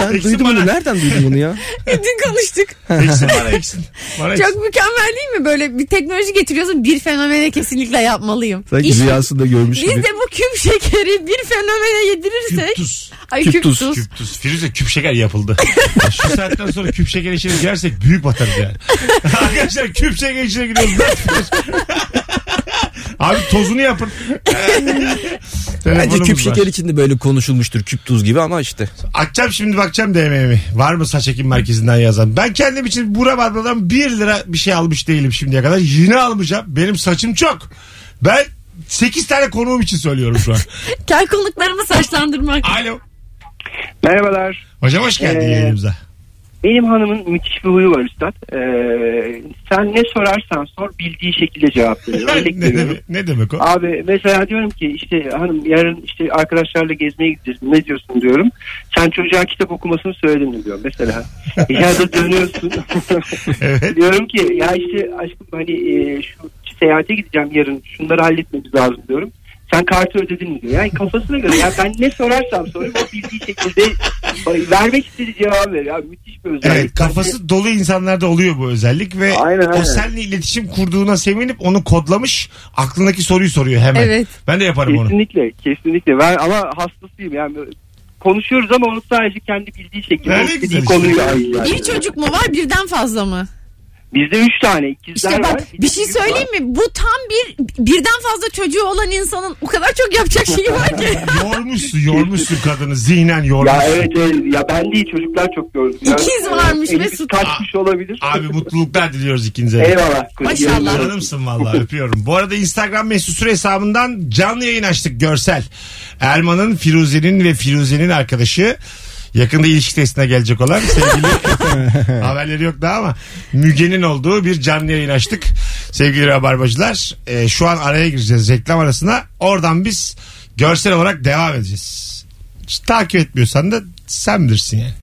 S4: Ben
S2: Eksin
S4: duydum
S2: bana.
S4: bunu. Nereden duydum bunu ya?
S3: Dün konuştuk.
S2: Eksin bana eksin. Bana eksin.
S3: Çok mükemmel değil mi? Böyle bir teknoloji getiriyorsun bir fenomene kesinlikle yapmalıyım.
S4: Sanki
S3: İş-
S4: rüyasında görmüş
S3: biz
S4: gibi.
S3: de bu küp şekeri bir fenomene yedirirsek.
S2: Küptüs.
S3: Ay
S4: Küp
S3: küp
S4: tuz.
S3: tuz.
S2: Küp tuz. Firuze küp şeker yapıldı. Ya Şu saatten sonra küp şeker işine girersek büyük batarız yani. Arkadaşlar küp şeker işine giriyoruz. Dört firuze. Abi tozunu yapın.
S4: Bence
S2: Telefonumuz
S4: küp
S2: var.
S4: şeker içinde böyle konuşulmuştur küp tuz gibi ama işte.
S2: Açacağım şimdi bakacağım DM'mi. Var mı saç ekim merkezinden yazan? Ben kendim için Bura Barba'dan 1 lira bir şey almış değilim şimdiye kadar. Yine almayacağım. Benim saçım çok. Ben 8 tane konuğum için söylüyorum şu an.
S3: Kel konuklarımı saçlandırmak.
S2: Alo.
S5: Merhabalar.
S2: Hocam hoş geldin
S5: Ee,
S2: yayınımıza.
S5: Benim hanımın müthiş bir huyu var üstad. Ee, sen ne sorarsan sor bildiği şekilde cevap veriyor. Örnek
S2: ne,
S5: veriyorum.
S2: demek, ne demek o?
S5: Abi mesela diyorum ki işte hanım yarın işte arkadaşlarla gezmeye gideceğiz. Ne diyorsun diyorum. Sen çocuğa kitap okumasını söyledin mi diyor mesela. ya da dönüyorsun.
S2: Evet.
S5: diyorum ki ya işte aşkım hani e, şu seyahate gideceğim yarın. Şunları halletmemiz lazım diyorum. Sen kartı ödedin mi diyor. Yani kafasına göre ya ben ne sorarsam sorayım o bildiği şekilde vermek istediği cevabı veriyor. Abi müthiş bir özellik.
S2: Evet, kafası dolu insanlarda oluyor bu özellik ve
S5: Aynen, aynen.
S2: o seninle iletişim kurduğuna sevinip onu kodlamış aklındaki soruyu soruyor hemen.
S3: Evet.
S2: Ben de yaparım onu.
S5: Kesinlikle, kesinlikle. Ben ama hastasıyım yani. Konuşuyoruz ama onu sadece kendi bildiği şekilde
S2: Ne
S5: o istediği
S2: güzel işte.
S5: konuyu ayırıyor.
S3: Bir çocuk mu var birden fazla mı?
S5: Bizde üç tane ikizler
S3: İşte
S5: var.
S3: bak bir şey
S5: büyük var.
S3: söyleyeyim mi? Bu tam bir birden fazla çocuğu olan insanın o kadar çok yapacak şeyi var ki.
S2: Yormuşsun, yormuşsun kadını. Zihnen yormuşsun.
S5: Ya evet, evet. ya ben değil çocuklar çok gördüm.
S3: İkiz varmış
S5: elimiz
S3: Mesut.
S5: Kaçmış olabilir.
S2: Abi mutluluklar diliyoruz ikinize. de.
S5: Eyvallah.
S3: Maşallah.
S2: Canımsın valla öpüyorum. Bu arada Instagram mesut süre hesabından canlı yayın açtık görsel. Erman'ın, Firuze'nin ve Firuze'nin arkadaşı. Yakında ilişki testine gelecek olan sevgili haberleri yok daha ama Müge'nin olduğu bir canlı yayın açtık. Sevgili Rabarbacılar e, şu an araya gireceğiz reklam arasına. Oradan biz görsel olarak devam edeceğiz. Hiç takip etmiyorsan da sen bilirsin yani.